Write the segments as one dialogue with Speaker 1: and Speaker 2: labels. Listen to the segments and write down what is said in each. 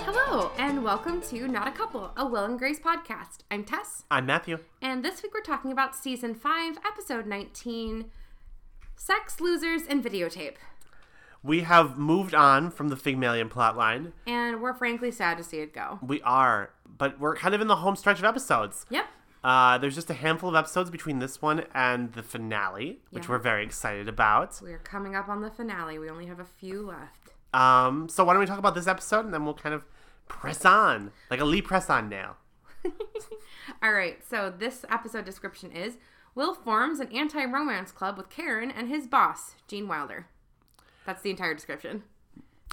Speaker 1: Hello, and welcome to Not a Couple, a Will and Grace podcast. I'm Tess,
Speaker 2: I'm Matthew.
Speaker 1: and this week we're talking about season 5, episode 19 Sex, Losers, and Videotape.
Speaker 2: We have moved on from the Figmalian plotline.
Speaker 1: And we're frankly sad to see it go.
Speaker 2: We are, but we're kind of in the home stretch of episodes.
Speaker 1: Yep.
Speaker 2: Uh, there's just a handful of episodes between this one and the finale, which
Speaker 1: Yeah.
Speaker 2: we're very excited about.
Speaker 1: We're coming up on the finale. We only have a few left.
Speaker 2: Um, so why don't we talk about this episode and then we'll kind of press on, like a Lee press on nail.
Speaker 1: All right, so this episode description is Will forms an anti romance club with Karen and his boss, Gene Wilder. That's the entire description.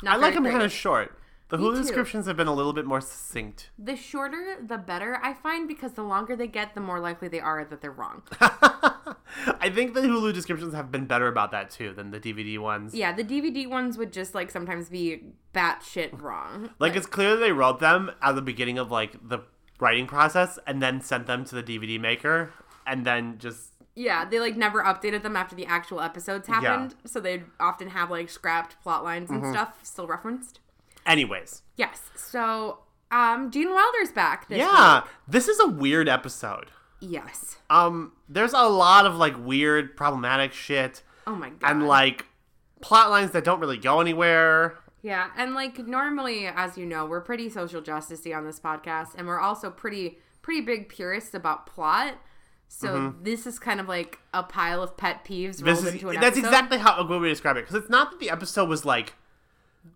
Speaker 1: Not
Speaker 2: I
Speaker 1: very
Speaker 2: like them kind of
Speaker 1: creative.
Speaker 2: short. The Hulu
Speaker 1: too.
Speaker 2: descriptions have been a little bit more succinct.
Speaker 1: The shorter, the better, I find, because the longer they get, the more likely they are that they're wrong.
Speaker 2: I think the Hulu descriptions have been better about that too than the DVD ones.
Speaker 1: yeah, the DVD ones would just like sometimes be batshit wrong.
Speaker 2: Like, it's clear that they wrote them at the beginning of like the writing process and then sent them to the DVD maker and then just
Speaker 1: Yeah, they like never updated them after the actual episodes happened, so they'd often have like scrapped plot lines
Speaker 2: Mm-hmm.
Speaker 1: and stuff still referenced.
Speaker 2: anyways.
Speaker 1: Yes, so um, Gene Wilder's back. This
Speaker 2: Yeah, this is a weird episode.
Speaker 1: week. Yes.
Speaker 2: Um there's a lot of like weird problematic shit
Speaker 1: Oh my god.
Speaker 2: and like plot lines that don't really go anywhere.
Speaker 1: Yeah, and like normally, as you know, we're pretty social justicey on this podcast, and we're also pretty pretty big purists about plot. So this is kind of like a pile of pet peeves rolled
Speaker 2: Mm-hmm. This is
Speaker 1: into an
Speaker 2: that's
Speaker 1: episode.
Speaker 2: exactly how a good way to describe it cuz it's not that the episode was like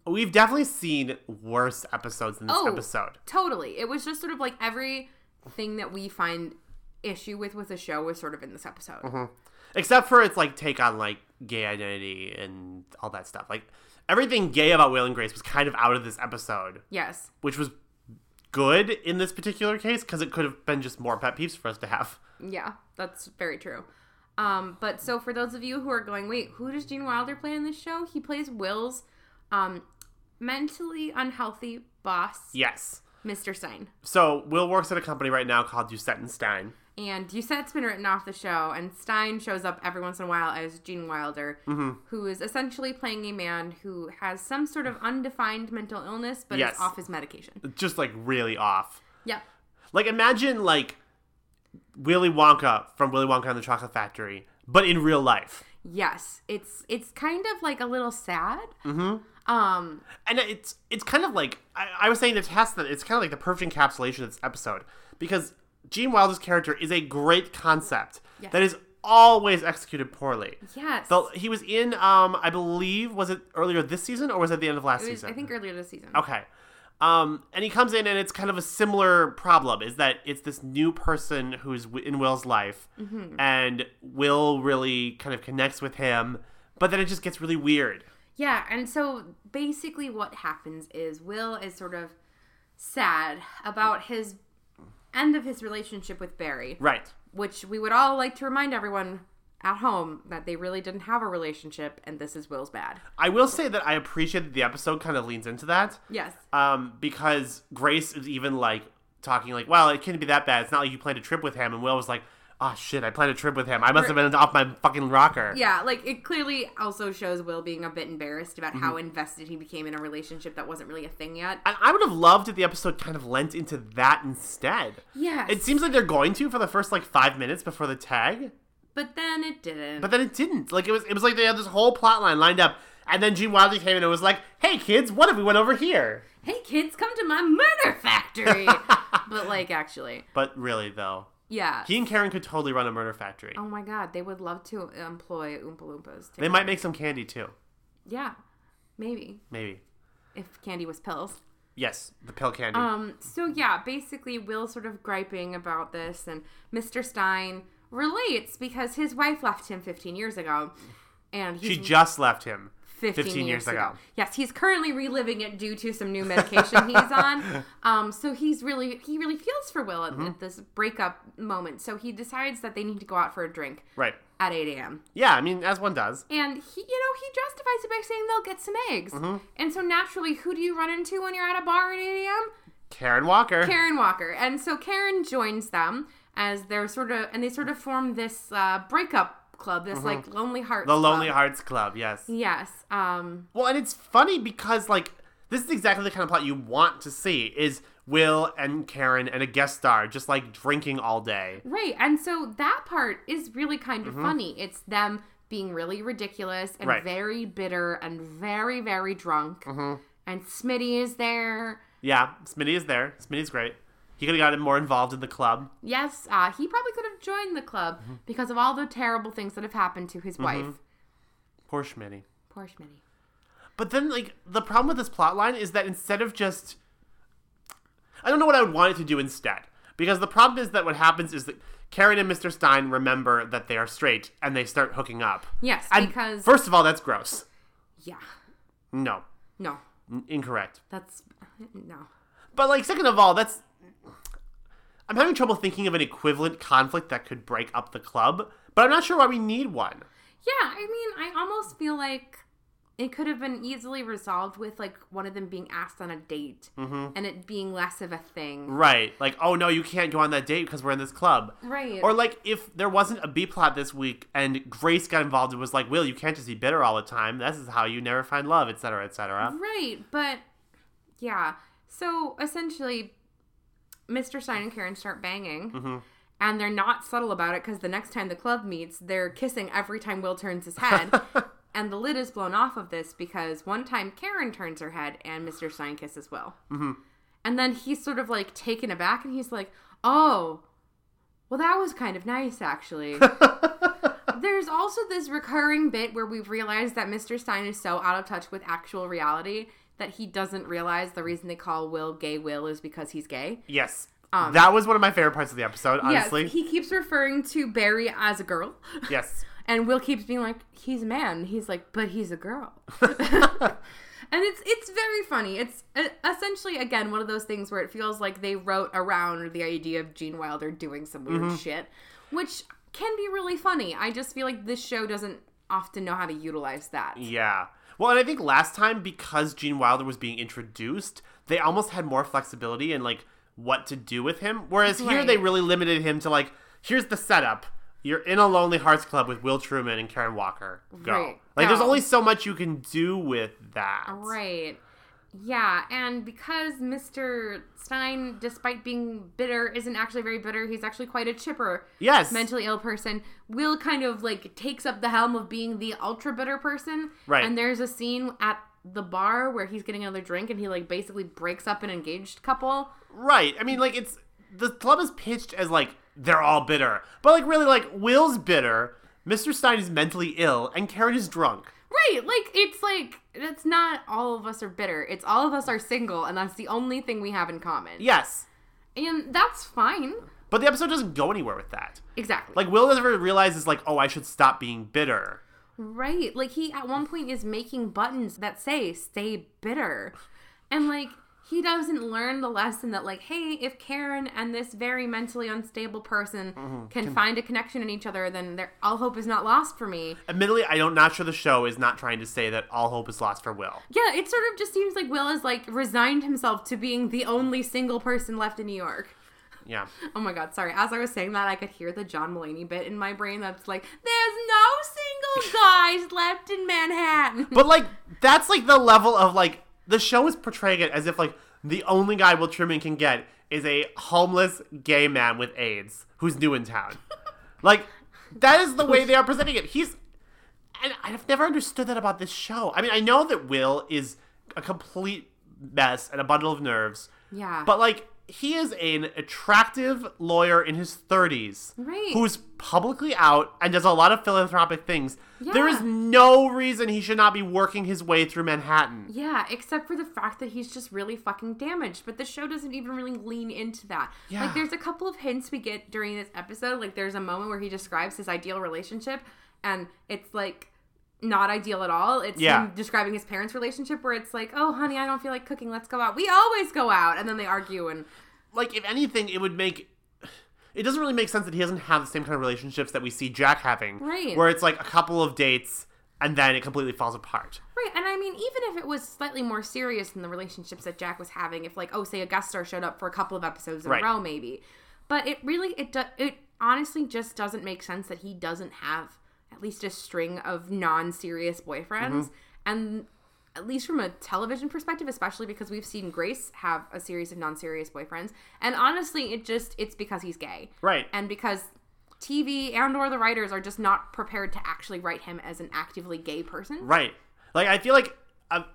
Speaker 2: we've definitely seen worse episodes than this
Speaker 1: Oh.
Speaker 2: episode.
Speaker 1: totally. It was just sort of like every thing that we find issue with with the show was sort of in this episode.
Speaker 2: Mm-hmm. except for its like take on like gay identity and all that stuff. Like everything gay about Will and Grace was kind of out of this episode,
Speaker 1: Yes,
Speaker 2: which was good in this particular case because it could have been just more pet peeves for us to have.
Speaker 1: yeah, that's very true. Um, but so for those of you who are going, wait, who does Gene Wilder play in this show? He plays Will's um, mentally unhealthy boss,
Speaker 2: Yes.
Speaker 1: Mr. Stein.
Speaker 2: So Will works at a company right now called Stein.
Speaker 1: And Doucette's been written off the show, and Stein shows up every once in a while as Gene Wilder, who is essentially playing a man who has some sort of undefined mental illness, but is
Speaker 2: Yes. Uh,
Speaker 1: off his medication.
Speaker 2: Just like really off.
Speaker 1: Yep.
Speaker 2: Like imagine like Willy Wonka from Willy Wonka and the Chocolate Factory, but in real life.
Speaker 1: Yes, it's it's kind of like a little sad. Mm-hmm. Um,
Speaker 2: and it's it's kind of like I, I was saying to Tess that it's kind of like the perfect encapsulation of this episode because Gene Wilder's character is a great concept
Speaker 1: Yes.
Speaker 2: that is always executed poorly.
Speaker 1: yes,
Speaker 2: So he was in, um, I believe, was it earlier this season or was it at the end of last
Speaker 1: it was,
Speaker 2: season?
Speaker 1: I think earlier this season.
Speaker 2: Okay. Um, and he comes in, and it's kind of a similar problem is that it's this new person who's w- in Will's life,
Speaker 1: Mm-hmm.
Speaker 2: and Will really kind of connects with him, but then it just gets really weird.
Speaker 1: Yeah, and so basically what happens is Will is sort of sad about his end of his relationship with Barry.
Speaker 2: Right.
Speaker 1: which we would all like to remind everyone at home that they really didn't have a relationship and this is Will's bad.
Speaker 2: I will say that I appreciate that the episode kind of leans into that.
Speaker 1: Yes.
Speaker 2: Um, because Grace is even like talking like, well, it couldn't be that bad. It's not like you planned a trip with him. And Will was like, oh shit, I planned a trip with him. I must have been off my fucking rocker.
Speaker 1: Yeah, like it clearly also shows Will being a bit embarrassed about how
Speaker 2: Mm-hmm.
Speaker 1: invested he became in a relationship that wasn't really a thing yet.
Speaker 2: And I would have loved if the episode kind of lent into that instead.
Speaker 1: Yes.
Speaker 2: It seems like they're going to for the first like five minutes before the tag,
Speaker 1: but then it didn't.
Speaker 2: but then it didn't. Like it was, it was like they had this whole plot line lined up, and then Gene Wilder came in and was like, "Hey kids, what if we went over here?"
Speaker 1: hey kids, come to my murder factory. but like actually.
Speaker 2: But really though,
Speaker 1: Yeah.
Speaker 2: he and Karen could totally run a murder factory.
Speaker 1: oh my god, they would love to employ Oompa Loompas. to-
Speaker 2: They might make some candy too.
Speaker 1: Yeah. Maybe.
Speaker 2: Maybe.
Speaker 1: If candy was pills.
Speaker 2: Yes, the pill candy.
Speaker 1: Um, so yeah, basically Will sort of griping about this and Mr. Stein relates because his wife left him 15 years ago and he's
Speaker 2: she just left him. 15, years, ago.
Speaker 1: Yes, he's currently reliving it due to some new medication he's on. Um, so he's really he really feels for Will at,
Speaker 2: Mm-hmm.
Speaker 1: at this breakup moment. So he decides that they need to go out for a drink
Speaker 2: Right.
Speaker 1: at 8 a.m.
Speaker 2: Yeah, I mean, as one does.
Speaker 1: And he, you know, he justifies it by saying they'll get some eggs.
Speaker 2: Mm-hmm.
Speaker 1: And so naturally, who do you run into when you're at a bar at 8 a.m.?
Speaker 2: Karen Walker.
Speaker 1: Karen Walker. And so Karen joins them as they're sort of, and they sort of form this uh, breakup club, this like Lonely Hearts.
Speaker 2: Mm-hmm. the Lonely
Speaker 1: club.
Speaker 2: Hearts Club, yes.
Speaker 1: Yes. Um,
Speaker 2: Well, and it's funny because, like, this is exactly the kind of plot you want to see is Will and Karen and a guest star just like drinking all day.
Speaker 1: Right. And so that part is really kind of funny. It's them being really ridiculous and
Speaker 2: Mm-hmm. Right. Mm-hmm.
Speaker 1: very bitter and very, very drunk. And Smitty is there.
Speaker 2: Yeah, Smitty is there. Smitty's great. He could have gotten more involved in the club.
Speaker 1: Yes, uh, he probably could have joined the club
Speaker 2: Mm-hmm.
Speaker 1: because of all the terrible things that have happened to his wife.
Speaker 2: Poor Smitty.
Speaker 1: Poor Smitty.
Speaker 2: But then, like, the problem with this plot line is that instead of just. I don't know what I would want it to do instead. Because the problem is that what happens is that Karen and Mr. Stein remember that they are straight and they start hooking up.
Speaker 1: Yes,
Speaker 2: And
Speaker 1: because.
Speaker 2: First of all, that's gross.
Speaker 1: yeah.
Speaker 2: No,
Speaker 1: No,
Speaker 2: N- incorrect.
Speaker 1: that's. No.
Speaker 2: But, like, second of all, that's. I'm having trouble thinking of an equivalent conflict that could break up the club, but I'm not sure why we need one.
Speaker 1: Yeah, I mean, I almost feel like it could have been easily resolved with like one of them being asked on a date and it being less of a thing.
Speaker 2: Right. Like, oh no, you can't go on that date because we're in this club.
Speaker 1: Right.
Speaker 2: Or like if there wasn't a B plot this week and Grace got involved and was like, Will, you can't just be bitter all the time. This is how you never find love, etc., etc.
Speaker 1: Right, but yeah. So essentially, Mr. Stein and Karen start banging, and they're not subtle about it because the next time the club meets, they're kissing every time Will turns his head. and the lid is blown off of this because one time Karen turns her head and Mr. Stein kisses Will. And then he's sort of like taken aback and he's like, oh, well, that was kind of nice actually. There's also this recurring bit where we've realized that Mr. Stein is so out of touch with actual reality that he doesn't realize the reason they call Will gay Will is because he's gay.
Speaker 2: Yes. that was one of my favorite parts of the episode, honestly.
Speaker 1: Um. Yes, he keeps referring to Barry as a girl.
Speaker 2: yes.
Speaker 1: And Will keeps being like, he's a man. He's like, but he's a girl. and it's it's very funny. It's uh, essentially again one of those things where it feels like they wrote around the idea of Gene Wilder doing some weird shit, which can be really funny. I just feel like this show doesn't often know how to utilize that.
Speaker 2: Yeah. Well, and I think last time because Gene Wilder was being introduced, they almost had more flexibility in like what to do with him. Whereas here
Speaker 1: Right.
Speaker 2: they really limited him to like, here's the setup. You're in a Lonely Hearts Club with Will Truman and Karen Walker. Go.
Speaker 1: Right.
Speaker 2: Like there's
Speaker 1: Go.
Speaker 2: only so much you can do with that.
Speaker 1: Right. Yeah, and because Mr. Stein, despite being bitter, isn't actually very bitter, he's actually quite a chipper,
Speaker 2: Yes.
Speaker 1: mentally ill person. Will kind of like takes up the helm of being the ultra bitter person.
Speaker 2: Right.
Speaker 1: And there's a scene at the bar where he's getting another drink and he like basically breaks up an engaged couple.
Speaker 2: Right. I mean, like it's the club is pitched as like they're all bitter, but like really like Will's bitter, Mr. Stein is mentally ill, and Karen is drunk.
Speaker 1: Right. Like it's like that's not all of us are bitter. It's all of us are single and that's the only thing we have in common.
Speaker 2: Yes.
Speaker 1: And that's fine.
Speaker 2: But the episode doesn't go anywhere with that.
Speaker 1: Exactly.
Speaker 2: Like Will never realizes like, oh, I should stop being bitter.
Speaker 1: Right. Like he at one point is making buttons that say stay bitter. And like he doesn't learn the lesson that like hey, if Karen and this very mentally unstable person can, find a connection in each other, then their all hope is not lost for me.
Speaker 2: Admittedly, I don't not sure the show is not trying to say that all hope is lost for Will.
Speaker 1: Yeah, it sort of just seems like Will has like resigned himself to being the only single person left in New York.
Speaker 2: Yeah.
Speaker 1: Oh my god, sorry. As I was saying that, I could hear the John Mulaney bit in my brain that's like, there's no single guys left in Manhattan.
Speaker 2: But like that's like the level of like the show is portraying it as if like the only guy Will Truman can get is a homeless gay man with AIDS who's new in town. like that is the way they are presenting it. He's and I've never understood that about this show. I mean, I know that Will is a complete mess and a bundle of nerves.
Speaker 1: Yeah.
Speaker 2: But like he is an attractive lawyer in his 30s
Speaker 1: Right.
Speaker 2: who's publicly out and does a lot of philanthropic things. There is
Speaker 1: Yeah.
Speaker 2: no reason he should not be working his way through Manhattan.
Speaker 1: Yeah, except for the fact that he's just really fucking damaged. But the show doesn't even really lean into that.
Speaker 2: Yeah.
Speaker 1: Like, there's a couple of hints we get during this episode. Like, there's a moment where he describes his ideal relationship, and it's like not ideal at all. It's
Speaker 2: Yeah.
Speaker 1: him describing his parents' relationship, where it's like, oh, honey, I don't feel like cooking. Let's go out. We always go out. And then they argue, and
Speaker 2: Like if anything, it would make it doesn't really make sense that he doesn't have the same kind of relationships that we see Jack having,
Speaker 1: Right.
Speaker 2: Where it's like a couple of dates and then it completely falls apart.
Speaker 1: Right, and I mean, even if it was slightly more serious than the relationships that Jack was having, if like, oh, say a guest star showed up for a couple of episodes in
Speaker 2: Right.
Speaker 1: a row, maybe. But it really, it do- it honestly just doesn't make sense that
Speaker 2: Mm-hmm.
Speaker 1: he doesn't have at least a string of non-serious boyfriends, and at least from a television perspective, especially because we've seen Grace have a series of non-serious boyfriends, and honestly, it just it's because he's gay,
Speaker 2: Right.
Speaker 1: and because TV and or the writers are just not prepared to actually write him as an actively gay person.
Speaker 2: Right. Like I feel like a,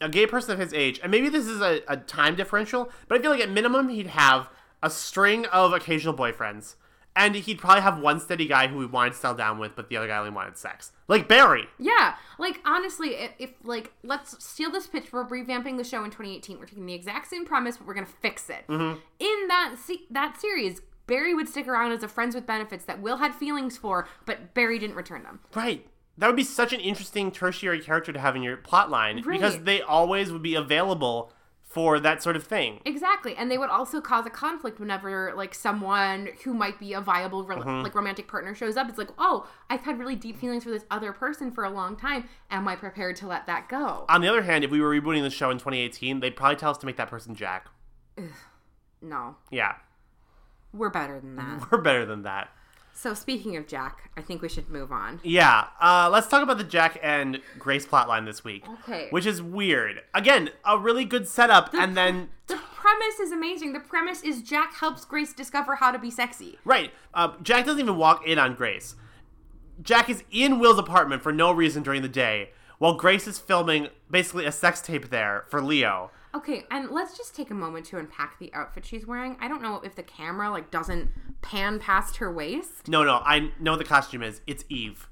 Speaker 2: a gay person of his age, and maybe this is a, a time differential, but I feel like at minimum he'd have a string of occasional boyfriends. And he'd probably have one steady guy who he wanted to settle down with, but the other guy only wanted sex. Like Barry.
Speaker 1: Yeah, like honestly, if, if like let's steal this pitch, we're revamping the show in 2018. We're taking the exact same premise, but we're gonna fix it. In that se- that series, Barry would stick around as a friends with benefits that Will had feelings for, but Barry didn't return them.
Speaker 2: Right. That would be such an interesting tertiary character to have in your plot line because
Speaker 1: Right.
Speaker 2: they always would be available for that sort of thing.
Speaker 1: Exactly, and they would also cause a conflict whenever like someone who might be a viable rel like romantic partner shows up. It's like, oh, I've had really deep feelings for this other person for a long time. Am I prepared to let that go?
Speaker 2: On the other hand, if we were rebooting the show in 2018, they'd probably tell us to make that person Jack.
Speaker 1: no,
Speaker 2: Yeah.
Speaker 1: we're better than that.
Speaker 2: We're better than that.
Speaker 1: So speaking of Jack, I think we should move on.
Speaker 2: Yeah, uh, let's talk about the Jack and Grace plotline this week.
Speaker 1: Okay.
Speaker 2: Which is weird. Again, a really good setup, and then
Speaker 1: The premise is amazing. The premise is Jack helps Grace discover how to be sexy.
Speaker 2: right, uh, Jack doesn't even walk in on Grace. Jack is in Will's apartment for no reason during the day, while Grace is filming basically a sex tape there for Leo.
Speaker 1: Okay, and let's just take a moment to unpack the outfit she's wearing. I don't know if the camera like doesn't pan past her waist,
Speaker 2: No, no, I know what the costume is. It's Eve.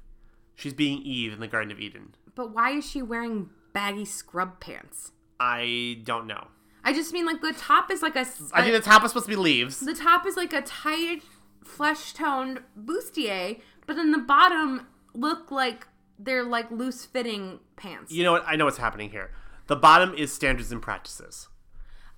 Speaker 2: She's being Eve in the Garden of Eden.
Speaker 1: but why is she wearing baggy scrub pants?
Speaker 2: I don't know.
Speaker 1: I just mean like the top is like a s-
Speaker 2: I think the top is supposed to be leaves.
Speaker 1: the top is like a tight flesh toned bustier, but then the bottom look like they're like loose fitting pants.
Speaker 2: You know what? I know what's happening here. The bottom is standards and practices.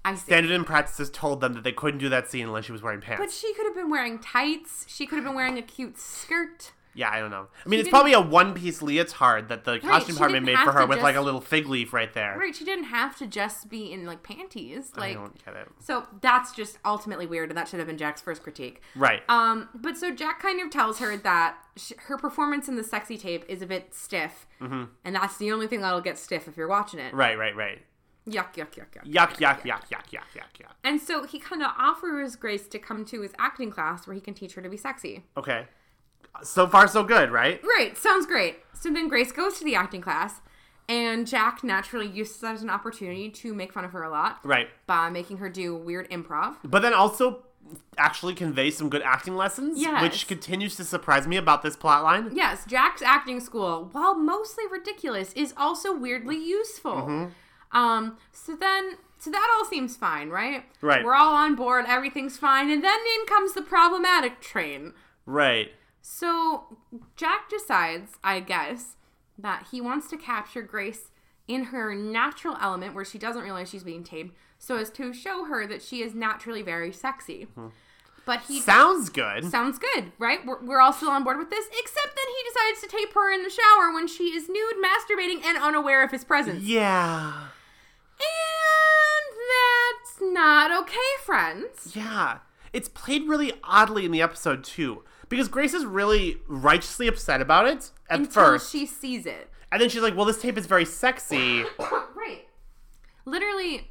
Speaker 1: I see.
Speaker 2: Standard and practices told them that they couldn't do that scene unless she was wearing pants.
Speaker 1: But she could have been wearing tights. She could have been wearing a cute skirt.
Speaker 2: yeah, I don't know. I mean, it's
Speaker 1: didn't-
Speaker 2: probably a one-piece leotard that the
Speaker 1: she
Speaker 2: costume
Speaker 1: didn't
Speaker 2: department made
Speaker 1: have
Speaker 2: for her
Speaker 1: to
Speaker 2: with like a
Speaker 1: just-
Speaker 2: little fig leaf right there.
Speaker 1: Right, she didn't have to just be in like panties.
Speaker 2: I
Speaker 1: Like
Speaker 2: don't get it.
Speaker 1: so that's just ultimately weird and that should have been Jack's first critique.
Speaker 2: Right.
Speaker 1: Um but so Jack kind of tells her that sh- her performance in the sexy tape is a bit stiff. And that's the only thing that'll get stiff if you're watching it.
Speaker 2: Mm-hmm. right, right, right.
Speaker 1: Yuck yuck yuck yuck.
Speaker 2: Yuck, yuck, yuck, yuck, yuck, yuck, yuck.
Speaker 1: And so he kind of offers Grace to come to his acting class where he can teach her to be sexy.
Speaker 2: Okay. So far, so good, right?
Speaker 1: Great, sounds great. So then Grace goes to the acting class, and Jack naturally uses that as an opportunity to make fun of her a lot
Speaker 2: Right.
Speaker 1: by making her do weird improv.
Speaker 2: But then also actually convey some good acting lessons,
Speaker 1: Yes.
Speaker 2: which continues to surprise me about this plot line.
Speaker 1: Yes, Jack's acting school, while mostly ridiculous, is also weirdly useful. Um, so then, so that all seems fine, right?
Speaker 2: Right.
Speaker 1: We're all on board, everything's fine, and then in comes the problematic train.
Speaker 2: Right.
Speaker 1: So Jack decides, I guess, that he wants to capture Grace in her natural element where she doesn't realize she's being tamed so as to show her that she is naturally very sexy. But he
Speaker 2: Sounds good.
Speaker 1: sounds good, right? We're, we're all still on board with this, except then he decides to tape her in the shower when she is nude, masturbating, and unaware of his presence.
Speaker 2: yeah.
Speaker 1: And that's not okay, friends.
Speaker 2: Yeah. It's played really oddly in the episode too. Because Grace is really righteously upset about it at
Speaker 1: Until
Speaker 2: first.
Speaker 1: she sees it.
Speaker 2: and then she's like, Well, this tape is very sexy.
Speaker 1: Right. Literally,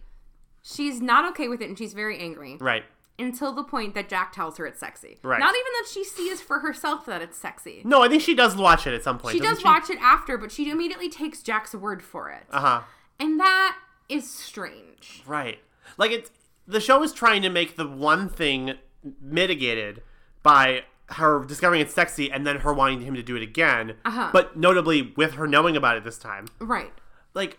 Speaker 1: she's not okay with it and she's very angry
Speaker 2: right.
Speaker 1: until the point that Jack tells her it's sexy.
Speaker 2: Right.
Speaker 1: Not even that she sees for herself that it's sexy.
Speaker 2: No, I think she does watch it at some point.
Speaker 1: She does
Speaker 2: doesn't
Speaker 1: watch it after, but she immediately takes Jack's word for it.
Speaker 2: Uh huh.
Speaker 1: and that is strange.
Speaker 2: Right. Like it's the show is trying to make the one thing mitigated by her discovering it's sexy and then her wanting him to do it again.
Speaker 1: Uh-huh.
Speaker 2: But notably with her knowing about it this time.
Speaker 1: Right.
Speaker 2: like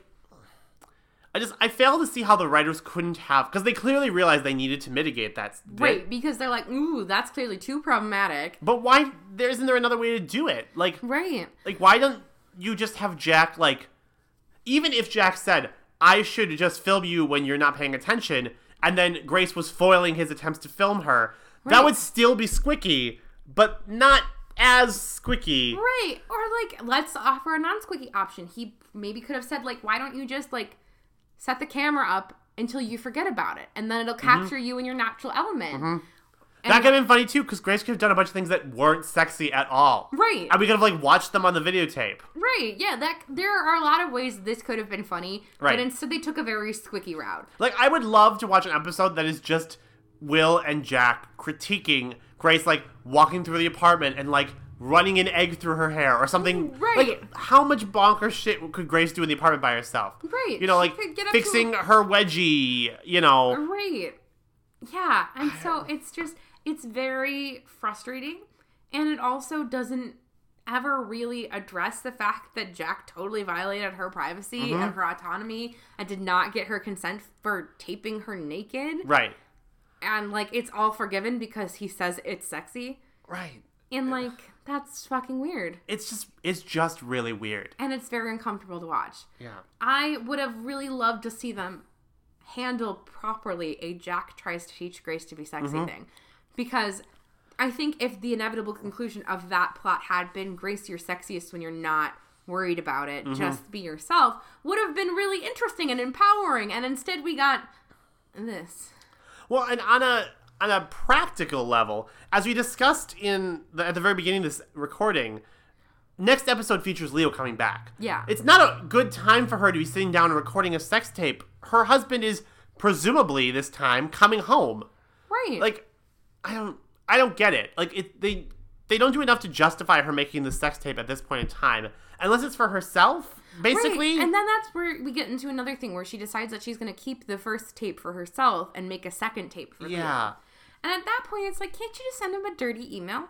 Speaker 2: I just I fail to see how the writers couldn't have because they clearly realized they needed to mitigate that. they-
Speaker 1: Right, because they're like, ooh, that's clearly too problematic.
Speaker 2: But why there isn't there another way to do it? Like
Speaker 1: Right.
Speaker 2: like why don't you just have Jack like even if Jack said I should just film you when you're not paying attention and then Grace was foiling his attempts to film her, that
Speaker 1: Right.
Speaker 2: would still be squicky, but not as squicky.
Speaker 1: Right. Or like, let's offer a non squeaky option. He maybe could have said, like, why don't you just like set the camera up until you forget about it and then it'll capture you in your natural element.
Speaker 2: that could have been funny too, because Grace could have done a bunch of things that weren't sexy at all.
Speaker 1: Right.
Speaker 2: And we could have like watched them on the videotape.
Speaker 1: Right. Yeah. That there are a lot of ways this could have been funny,
Speaker 2: Right.
Speaker 1: but instead they took a very squicky route.
Speaker 2: Like I would love to watch an episode that is just Will and Jack critiquing Grace like walking through the apartment and like running an egg through her hair or
Speaker 1: Ooh,
Speaker 2: something.
Speaker 1: right.
Speaker 2: Like how much bonkers shit could Grace do in the apartment by herself?
Speaker 1: Right,
Speaker 2: You know,
Speaker 1: she
Speaker 2: like
Speaker 1: could get up to a-
Speaker 2: fixing her wedgie, you know.
Speaker 1: Right. Yeah. And so it's just it's very frustrating and it also doesn't ever really address the fact that Jack totally violated her privacy and her autonomy and did not get her consent for taping her naked.
Speaker 2: Right.
Speaker 1: And like it's all forgiven because he says it's sexy.
Speaker 2: Right.
Speaker 1: And like that's fucking weird.
Speaker 2: It's just it's just really weird.
Speaker 1: And it's very uncomfortable to watch.
Speaker 2: Yeah.
Speaker 1: I would have really loved to see them handle properly a Jack tries to teach Grace to be sexy
Speaker 2: Mm-hmm.
Speaker 1: thing. Because I think if the inevitable conclusion of that plot had been Grace, you're sexiest when you're not worried about it,
Speaker 2: Mm-hmm.
Speaker 1: just be yourself, would have been really interesting and empowering. And instead, we got this.
Speaker 2: Well, and on a on a practical level, as we discussed in the, at the very beginning of this recording, next episode features Leo coming back.
Speaker 1: Yeah.
Speaker 2: it's not a good time for her to be sitting down and recording a sex tape. Her husband is presumably this time coming home.
Speaker 1: Right.
Speaker 2: Like, I don't, I don't get it. Like, it they they don't do enough to justify her making the sex tape at this point in time, unless it's for herself,
Speaker 1: Right,
Speaker 2: basically.
Speaker 1: And then that's where we get into another thing where she decides that she's going to keep the first tape for herself and make a second tape for Leo.
Speaker 2: yeah,
Speaker 1: And at that point, it's like, can't you just send him a dirty email?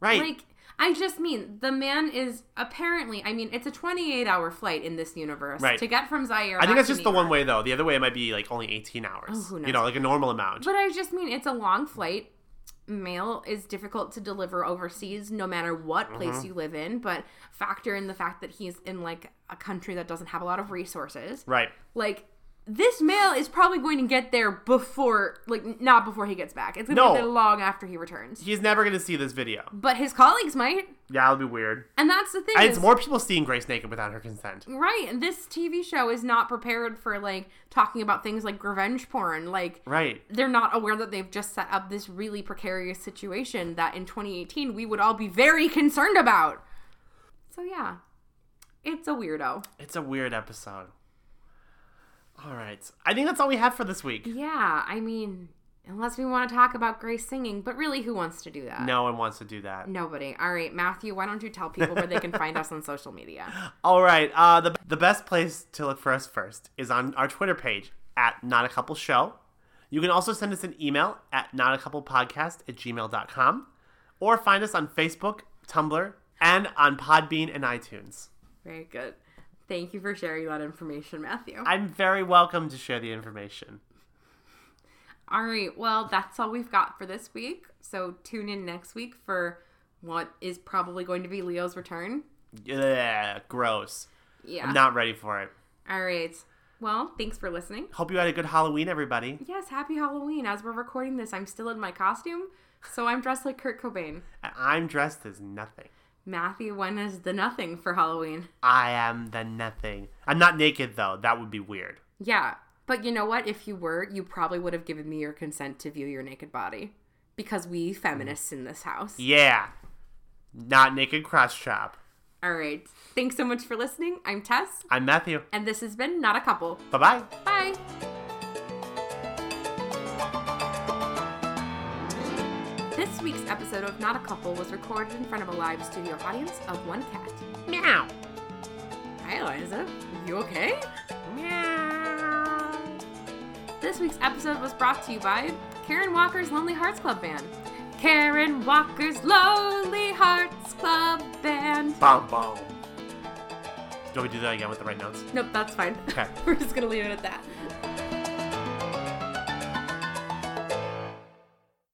Speaker 2: right.
Speaker 1: Like, I just mean, the man is apparently, I mean, it's a 28 hour flight in this universe
Speaker 2: Right.
Speaker 1: to get from Zaire.
Speaker 2: I think
Speaker 1: back
Speaker 2: that's
Speaker 1: to
Speaker 2: just
Speaker 1: New
Speaker 2: the
Speaker 1: York. Oh,
Speaker 2: one way though. The other way it might be like only 18 hours.
Speaker 1: who
Speaker 2: You
Speaker 1: knows?
Speaker 2: know, like a normal amount.
Speaker 1: But I just mean, it's a long flight. Mail is difficult to deliver overseas, no matter what place
Speaker 2: Mm-hmm.
Speaker 1: you live in. But factor in the fact that he's in like a country that doesn't have a lot of resources.
Speaker 2: right.
Speaker 1: Like, this mail is probably going to get there before, like, not before he gets back. It's going to
Speaker 2: No.
Speaker 1: be there long after he returns.
Speaker 2: He's never going to see this video.
Speaker 1: But his colleagues might.
Speaker 2: Yeah, that'll be weird.
Speaker 1: And that's the thing.
Speaker 2: And
Speaker 1: is-
Speaker 2: it's more people seeing Grace naked without her consent.
Speaker 1: Right, and this TV show is not prepared for like talking about things like revenge porn. Like
Speaker 2: Right.
Speaker 1: they're not aware that they've just set up this really precarious situation that in 2018 we would all be very concerned about. So yeah. It's a weirdo.
Speaker 2: It's a weird episode. All right. I think that's all we have for this week.
Speaker 1: Yeah, I mean, unless we want to talk about Grace singing, but really who wants to do that?
Speaker 2: No one wants to do that.
Speaker 1: Nobody. All right, Matthew, why don't you tell people where they can find us on social media?
Speaker 2: All right. Uh, the, the best place to look for us first is on our Twitter page at Not a Couple Show. You can also send us an email at notacouplepodcast at gmail.com or find us on Facebook, Tumblr, and on Podbean and iTunes.
Speaker 1: Very good. Thank you for sharing that information, Matthew.
Speaker 2: I'm very welcome to share the information.
Speaker 1: All right. Well, that's all we've got for this week. So tune in next week for what is probably going to be Leo's return.
Speaker 2: Yeah, gross.
Speaker 1: Yeah.
Speaker 2: I'm not ready for it.
Speaker 1: all right. Well, thanks for listening.
Speaker 2: Hope you had a good Halloween, everybody.
Speaker 1: Yes, happy Halloween. As we're recording this, I'm still in my costume, so I'm dressed like Kurt Cobain.
Speaker 2: And I'm dressed as nothing.
Speaker 1: Matthew, when is the nothing for Halloween?
Speaker 2: I am the nothing. I'm not naked though. That would be weird.
Speaker 1: Yeah. But you know what? If you were, you probably would have given me your consent to view your naked body. Because we feminists in this house.
Speaker 2: Yeah, not naked cross chop.
Speaker 1: All right. Thanks so much for listening. I'm Tess,
Speaker 2: I'm Matthew.
Speaker 1: and this has been Not a Couple.
Speaker 2: Bye bye.
Speaker 1: Bye. This week's episode of Not a Couple was recorded in front of a live studio audience of one cat.
Speaker 2: Meow.
Speaker 1: Hi, Eliza. You okay?
Speaker 2: Meow.
Speaker 1: This week's episode was brought to you by Karen Walker's Lonely Hearts Club Band. Karen Walker's Lonely Hearts Club Band.
Speaker 2: Boom boom. Do we do that again with the right notes?
Speaker 1: Nope, that's fine.
Speaker 2: Okay.
Speaker 1: We're just gonna leave it at that.